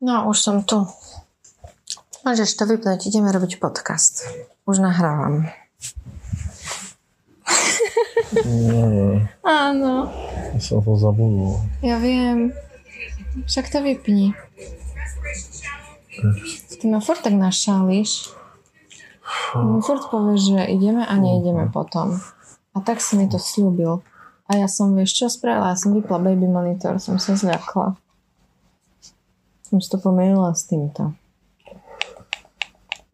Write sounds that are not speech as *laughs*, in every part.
No, už som tu. Możesz to wypnąć, idziemy robić podcast. Już nagrałam. Nie, nie, A no, ja som to zabudol. ja wiem. Však to vypni. Ty ma furt tak našališ. No furt povieš, že ideme a neideme potom. A tak si mi to slúbil. A ja som, vieš, čo spravila? Ja som vypla baby monitor, som sa zľakla. Som si to pomenula s týmto.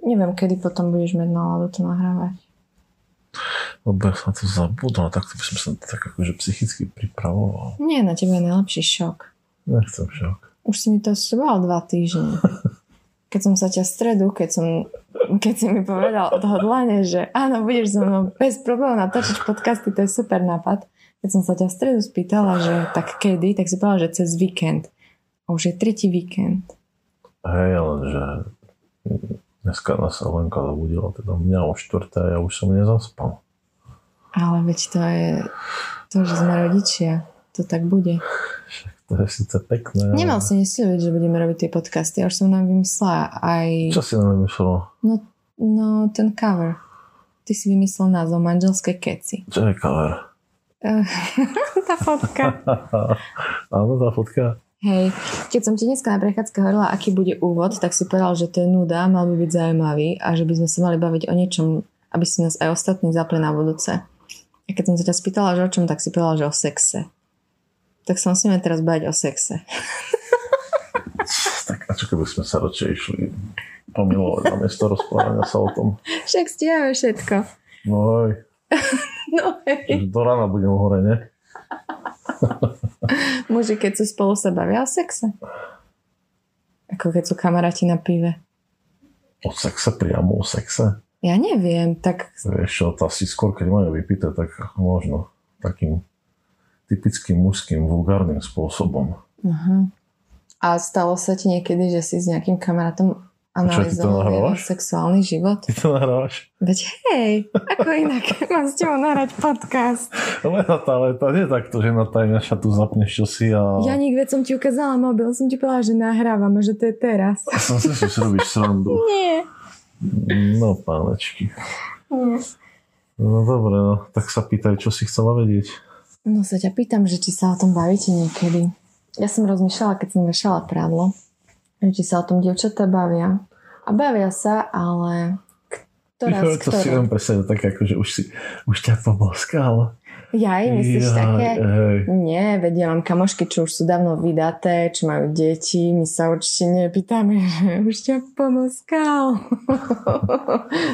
Neviem, kedy potom budeš mať náladu to nahrávať. Lebo ja som to zabudol, tak to by som sa tak akože psychicky pripravoval. Nie, na tebe je najlepší šok. Nechcem šok. Už si mi to slúbal dva týždne. Keď som sa ťa v stredu, keď, som, keď si mi povedal odhodlane, že áno, budeš so mnou bez problémov natočiť podcasty, to je super nápad. Keď som sa ťa v stredu spýtala, že tak kedy, tak si povedal, že cez víkend. A už je tretí víkend. Hej, lenže dneska nás Lenka zabudila, teda mňa o štvrté a ja už som nezaspal. Ale veď to je to, že sme rodičia. To tak bude. Však to je síce pekné. ale- Nemal si nesľúbiť, že budeme robiť tie podcasty. Ja už som nám vymyslela aj Čo si nám vymyslel? No, no ten cover. Ty si vymyslel názov Manželské keci. Čo je *laughs* cover? *laughs* tá fotka. Áno, tá fotka? Hej, keď som ti dneska na prechádzke hovorila, aký bude úvod, tak si povedal, že to je nuda, mal by byť zaujímavý a že by sme sa mali baviť o niečom, aby si nás aj ostatní zapli na budúce. A keď som sa ťa spýtala, že o čom, tak si povedal, že o sexe. Tak sa musíme teraz baviť o sexe. Tak a čo keby sme sa radšej išli pomilovať na miesto rozprávania sa o tom? *laughs* Však stíhame všetko. No, hej, No hej. do rána budem hore, ne? Muži, keď sú spolu, sa bavia o sexe. Ako keď sú kamaráti na pive. O sexe priamo, o sexe. Ja neviem, tak Vieš čo, to asi skôr, keď majú vypité, tak možno takým typickým mužským, vulgárnym spôsobom. Aha. A stalo sa ti niekedy, že si s nejakým kamarátom analyzoval jeho nahrávaš? sexuálny život? Ty to nahrávaš? Veď hej, ako inak *laughs* mám s tebou nahrať podcast. Lena tá leta, nie takto, že na tajne šatu zapneš čo si a... Ja nikde som ti ukázala mobil, som ti povedala, že nahrávam a že to je teraz. Ja som *laughs* si že si robíš srandu. *laughs* Nie. No pánečky. Nie. No dobre, no. Tak sa pýtaj, čo si chcela vedieť. No sa ťa pýtam, že či sa o tom bavíte niekedy. Ja som rozmýšľala, keď som vešala prádlo, že či sa o tom dievčatá bavia. A bavia sa, ale ktorá z to si ktorou? len presne tak ako, že už, si, už ťa poboskal. Jaj, myslíš také? hej. Nie, vedia, mám kamošky, čo už sú dávno vydaté, čo majú deti. My sa určite nepýtame, *laughs* že už ťa pomoskal.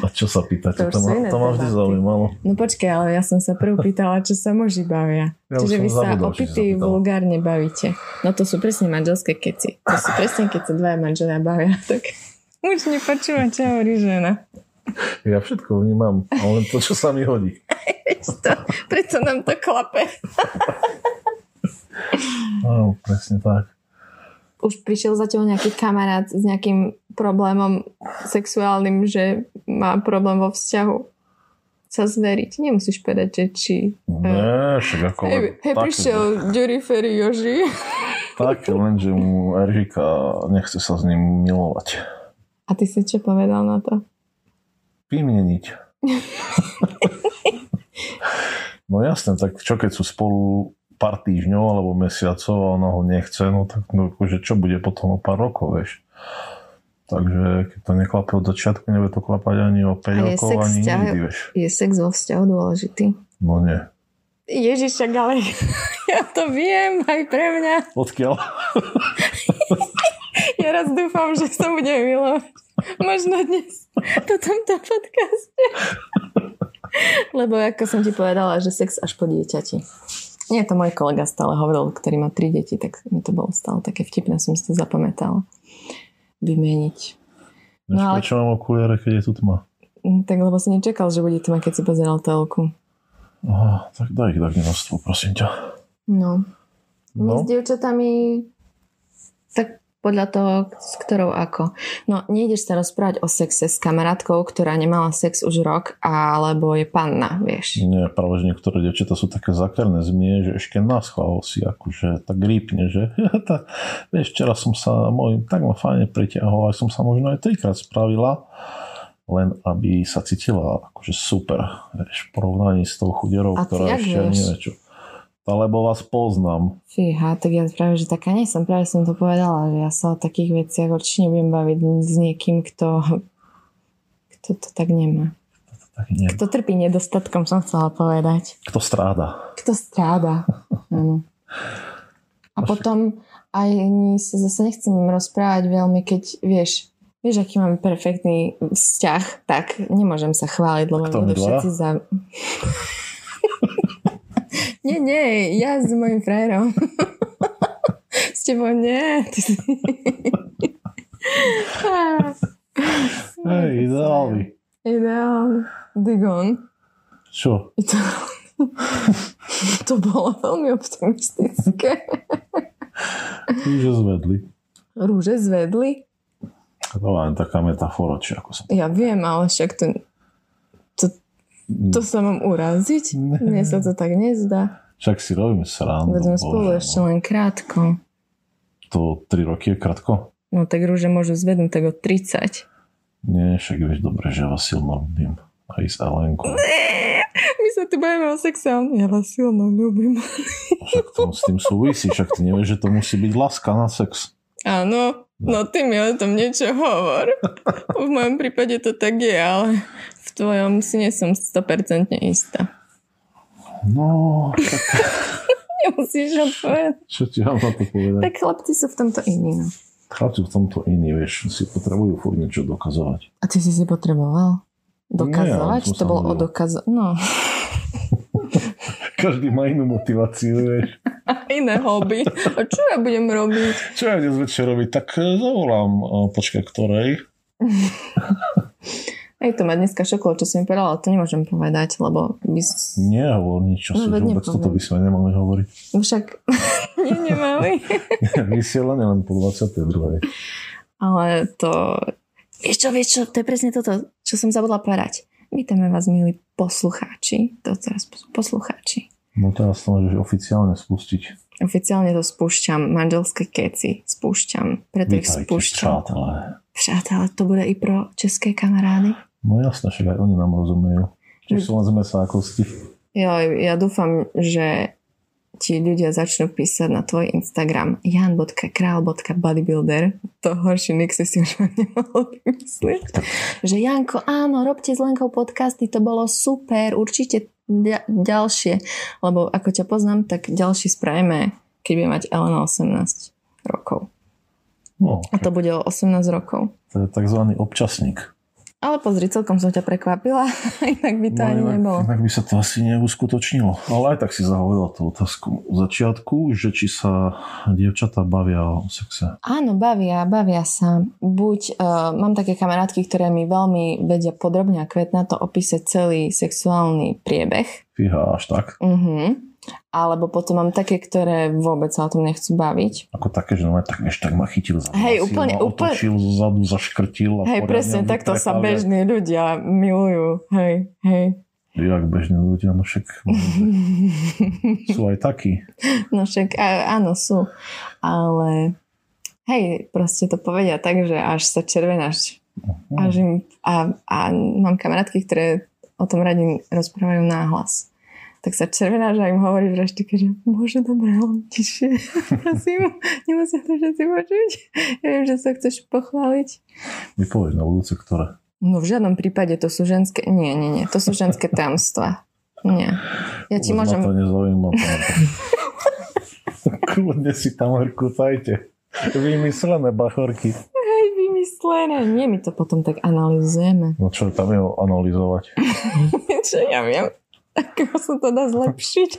A čo sa Hm. To pýtať? To, už to, sú ma, iné to ma vždy debaty. zaujímalo. No počkaj, ale ja som sa prv pýtala, čo sa muži bavia. Ja už Čiže som vy sa zabudol, čo si opity sa pýtala. vulgárne bavíte. No to sú presne manželské keci. To sú presne, keď sa dvaja manželia bavia, tak *laughs* už nepočúva, čo hovorí žena. Ja všetko vnímam, ale len to, čo sa mi hodí. Veď to, preto nám to klape. Áno, presne tak. už prišiel za tebou nejaký kamarát s nejakým problémom sexuálnym, že má problém vo vzťahu sa zveriť. Nemusíš povedať, že či... Ne, však ako... Hm. Hej, hej *laughs* také- prišiel Ďuri Ferry Joži. Také, lenže mu Erika nechce sa s ním milovať. A ty si čo povedal na to? *laughs* Vymieniť. no jasne, tak čo keď sú spolu pár týždňov alebo mesiacov a ona ho nechce, no tak no, akože čo bude potom o pár rokov, vieš. Takže keď to neklape od začiatku, nebude to klapať ani o 5 A je rokov, sex ani vzťah- nikdy, vieš. Je sex vo vzťahu dôležitý? No nie. Ježiš, však ale *laughs* ja to viem aj pre mňa. Odkiaľ? Ja raz dúfam, že sa budem milovať. Možno dnes po tomto podcaste. Lebo ako som ti povedala, že sex až po dieťati. Nie, to môj kolega stále hovoril, ktorý má tri deti, tak mi to bolo stále také vtipné, som si to zapamätala. Vymeniť. Vieš, No ale- Prečo mám okuliare, keď je tu tma? Mm, Tak lebo si nečakal, že bude tma, keď si pozeral telku. Aha, tak daj ich tak množstvo, prosím ťa. No. My No, s dievčatami tak podľa toho, s ktorou ako. No, nejdeš sa rozprávať o sexe s kamarátkou, ktorá nemala sex už rok, alebo je panna, vieš. Nie, práve, že niektoré devčatá sú také zakerné zmie, že ešte na schvál si akože tak grípne, že *laughs* tá, vieš, včera som sa môj, tak ma fajne priťahol, aj som sa možno aj trikrát spravila, len aby sa cítila akože super, vieš, v porovnaní s tou chuderou, A ty ktorá jak ešte vieš? nevie čo. Lebo vás poznám. Fíha, tak ja práve, že taká nie som, práve som to povedala, že ja sa o takých veciach určite nebudem baviť s niekým, kto, kto to tak nemá. Tak nie. Kto trpí nedostatkom, som chcela povedať. Kto stráda? Kto stráda. Áno. A No však. potom aj ani sa zase nechcem rozprávať veľmi, keď vieš, vieš, aký mám perfektný vzťah, tak nemôžem sa chváliť, lebo Kto, my budú dvaja? všetci za... *laughs* nie, nie, ja s mojim frajerom. *laughs* s tebou nie. Ty si... Hej, ideálny. Ideálny. Digon. Čo? To, *laughs* to bolo veľmi optimistické. Kríže zvedli. Rúže zvedli? To je len taká metafora, či ako sa... Ja viem, ale však to, to sa mám uraziť. Mne sa to tak nezdá. Však si robíme srandu. Veď sme bože no. spolu môj. ešte len krátko. To 3 roky je krátko? No tak rúže môžu zvednúť tak o 30. Nie, však vieš dobre, že Vasil Nordin aj s Elenkou. *laughs* My sa tu bavíme o sexe a on, ja vás silno ľúbim. Však to s tým súvisí, však ty nevieš, že to musí byť láska na sex. Áno, no ty mi o tom niečo hovor. V mojom prípade to tak je, ale v tvojom si nie som 100% istá. No, však, Nemusíš ho povedať. čo ti mám na to povedať? Tak chlapci sú v tomto iní. No. Chlapci v tomto iní, vieš, si potrebujú furt niečo dokazovať. A ty si si potreboval dokazovať? dokazovať? Nie, ale som to To bol bolo sa o o modlil. dokaz... No, Každý má inú motiváciu, vieš. *laughs* iné hobby. A čo ja budem robiť? Čo ja dnes večer robiť? Tak e, zavolám, e, počkaj, ktorej? Hej, to ma dneska šoklo, čo si mi povedala, ale to nemôžem povedať, lebo by s... Nie, hovor nič, čo si No, veď vôbec nepoviem. toto by sme nemali *laughs* hovoriť. však nie, nemali. Vysielanie len po 22. Ale to... Vieš čo, vieš čo, to je presne toto, čo som zabudla povedať. Vítame vás, milí poslucháči. To teraz pos- poslucháči. No teraz to môžeš oficiálne spustiť. Oficiálne to spúšťam, manželské keci spúšťam, preto ich Vítajte, spúšťam. Přátelé. Přátelé, to bude i pro české kamarády. No jasné, však aj oni nám rozumejú. Hm. Čiže sú len z mesa a kosti. Ja, ja dúfam, že ti ľudia začnú písať na tvoj Instagram jan.král.bodybuilder to horší nick si si už nemohol vymyslieť že Janko, áno, robte s Lenkou podcasty to bolo super, určite ďa- ďalšie, lebo ako ťa poznám tak ďalší spravíme keď bude mať Elena 18 rokov No, a to bude o 18 rokov to je tzv. občasník. ale pozri, celkom som ťa prekvapila *laughs* inak by to No, ani inak, nebolo inak by sa to asi neuskutočnilo. Ale aj tak si zahovorila tú otázku v začiatku, že či sa dievčatá bavia o sexe. Áno, bavia, bavia sa. Buď uh, mám také kamarátky, ktoré mi veľmi vedia podrobne a kvetnato opísať celý sexuálny priebeh. Fíha, až tak. Uh-huh. Alebo potom mám také, ktoré vôbec sa o tom nechcú baviť. Ako také, že no, tak ešte tak ma chytil za Hej, vlasy, úplne, ma úplne. otočil zadu, zaškrtil. A Hej, presne, poriadne takto sa vytrepal, jak- bežní ľudia milujú. Hej, hej. *laughs* Jak bežní ľudia, no však sú aj takí. No však á, áno, sú. Ale hej, proste to povedia tak, že až sa červenáš. No, A, že im, a, a mám kamarátky, ktoré o tom radi rozprávajú náhlas. Tak sa červená, že im hovorí v reštike, že bože, dobre, len tišie. *laughs* Prosím, nemusia to všetci počuť. Ja viem, že sa chceš pochváliť. Vypovedz na budúce, ktoré. No v žiadnom prípade to sú ženské... Nie, nie, nie. To sú ženské tajomstvá. Nie. Ja ti Vôbec ma môžem... to nezaujíma. to ma to- *laughs* Kľudne si tam kutajte. Vymyslené bachorky. Hej, vymyslené. Nie, my to potom tak analyzujeme. *laughs* No čo tam je analyzovať? Čo ja viem? Ako sa to dá zlepšiť?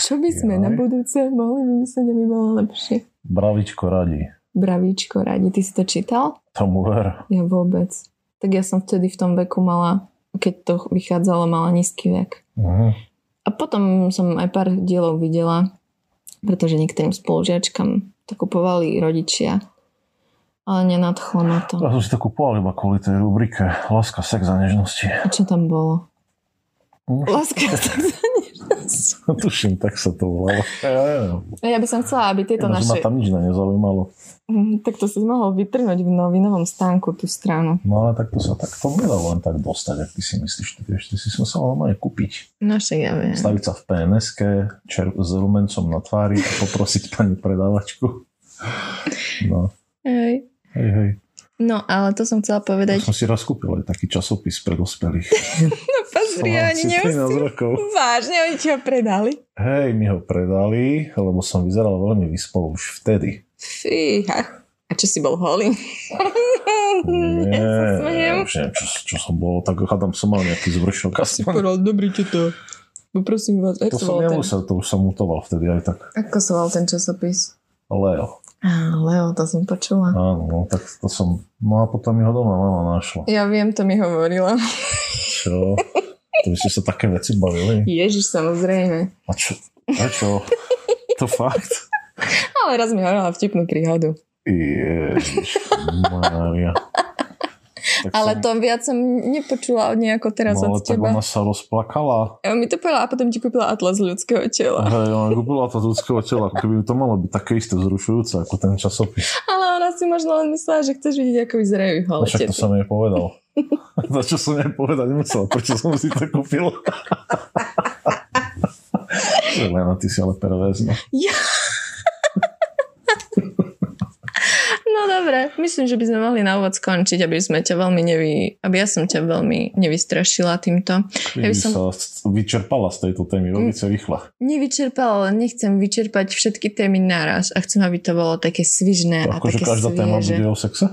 Čo by sme Jaj. na budúce mohli vymyslieť, aby bolo lepšie? Bravičko radí. Bravíčko radi. Ty si to čítal? Tomu ver. Ja vôbec. Tak ja som vtedy v tom veku mala, keď to vychádzalo, mala nízky vek. Mhm. A potom som aj pár dielov videla, pretože niektorým spolužiačkám to kupovali rodičia. Ale nenadchlo ma to. Ja som si to kupoval iba kvôli tej rubrike Láska, sex a nežnosti. *laughs* A čo tam bolo? Hm, *laughs* Láska, tak za nežnosť. Tuším, tak sa to volalo. Ja, ja, ja. Ja by som chcela, aby tieto Ináč ma naše... tam nič na nezaujímalo. Mm, *laughs* Tak to si mohol vytrhnúť v novinovom stánku tú stranu. No ale tak to sa tak to nedá len tak dostať, ak ty si myslíš. Ty, vieš, ty si som sa mal aj kúpiť. Naše No, ja viem. Staviť sa v pns čer- s rumencom na tvári a poprosiť *laughs* pani predávačku. No, Hej. hej, hej. No, ale to som chcela Ja povedať. *laughs* som si raz kúpil aj taký časopis pre dospelých. No, Som mal asi 13 rokov. Vážne, oni ti ho predali? Hej, mi ho predali, lebo som vyzeral veľmi vyspol už vtedy. Fíha. A čo si bol holý? *laughs* Hm, ja sa Nie, smejem. už neviem, čo, čo som bol, tak tam som mal nejaký zvršok. Si Asi povedal, dobrý teto. Poprosím vás, to ako sa som volal ten... nemusel, to už som mutoval vtedy aj tak. Ako sa volal ten časopis? Leo. Á, Leo, to som počula. Áno, no, tak to som... No a potom mi ho doma mama našla. Ja viem, to mi hovorila. Čo? *laughs* To by ste sa také veci bavili? Ježiš, samozrejme. A čo? A *laughs* čo? To fakt? Ale raz mi hovorila vtipnú príhodu. Ježiš, Mária. Tak Ale to viac som nepočula od nejako teraz no, ale od tak teba. ona sa rozplakala. Ja mi to povedala a potom ti kúpila atlas ľudského tela. Hej, ona kúpila to z ľudského tela, ako keby to malo byť také isté vzrušujúce ako ten časopis. Ale ona si možno len myslela, že chceš vidieť, ako vyzerajú ich No holé však tety. to som jej povedal. *laughs* Na čo som jej povedať nemusel, prečo som si to *laughs* kúpil. Lena, ty si ale perverzná. No dobre, myslím, že by sme mohli na úvod skončiť, aby sme ťa veľmi nevy... aby ja som ťa veľmi nevystrašila týmto. Ja Ja by som... som- Mm. sa s- vyčerpala z tejto témy, robiť sa rýchle. Nevyčerpala, ale nechcem vyčerpať všetky témy naraz a chcem, aby to bolo také svižné a Akože také každá svieže. téma bude o sexe?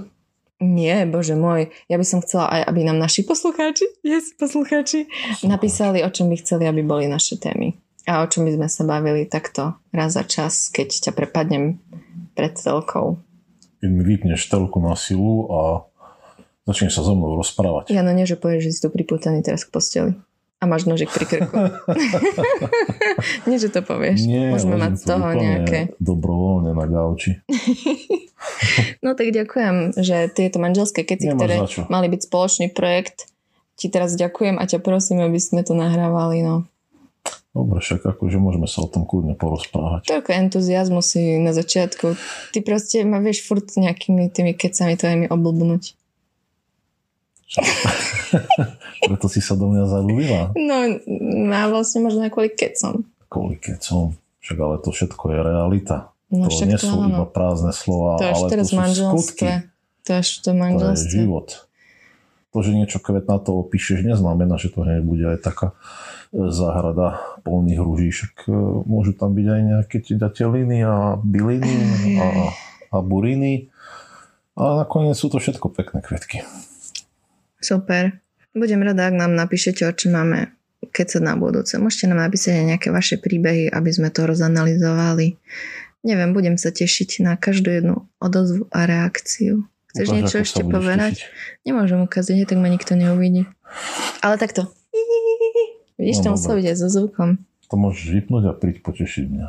Nie, bože môj, ja by som chcela aj, aby nám naši poslucháči, yes, poslucháči, napísali, o čom by chceli, aby boli naše témy. A o čom by sme sa bavili takto raz za čas, keď ťa prepadnem pred telkou. Keď mi vypneš telku na silu a začne sa so mnou rozprávať. Ja no nie, že povieš, že si tu priputaný teraz k posteli. A máš nožik pri *laughs* krku. nie, že to povieš. Môžeme ja mať som z tu toho úplne nejaké. Dobrovoľne na gauči. No tak ďakujem, že tieto manželské keci, Nemáš ktoré za čo. mali byť spoločný projekt, ti teraz ďakujem a ťa prosím, aby sme to nahrávali. No. Dobre, však akože môžeme sa o tom kľudne porozprávať. toľko entuziasmu si na začiatku. Ty proste ma vieš furt nejakými tými kecami tvojimi oblbnúť. Preto si sa do mňa zalúbila. No a vlastne možno aj kvôli kecom. Kvôli kecom. Však ale to všetko je realita. No to však nie to sú iba áno. prázdne slova, To až ale teraz to v sú manželstve. skutky. To až to v To je manželstve. život. To, že niečo kvetnato opíšeš, neznamená, že to hneď bude aj taká e, záhrada plných rúží. Však e, môžu tam byť aj nejaké tie dateliny a byliny a, a buriny. A nakoniec sú to všetko pekné kvetky. Super. Budem rada, ak nám napíšete, o čom máme kecať na budúce. Môžete nám napísať aj nejaké vaše príbehy, aby sme to rozanalizovali. Neviem, budem sa tešiť na každú jednu odozvu a reakciu. Chceš Ukáž, niečo ako sa ešte budeš povedať? tešiť. Nemôžem ukázať, hej, tak ma nikto neuvidí. Ale takto. Vidíš, to No, muselo dobre. byť aj so zvukom. To môžeš vypnúť a príď potešiť mňa.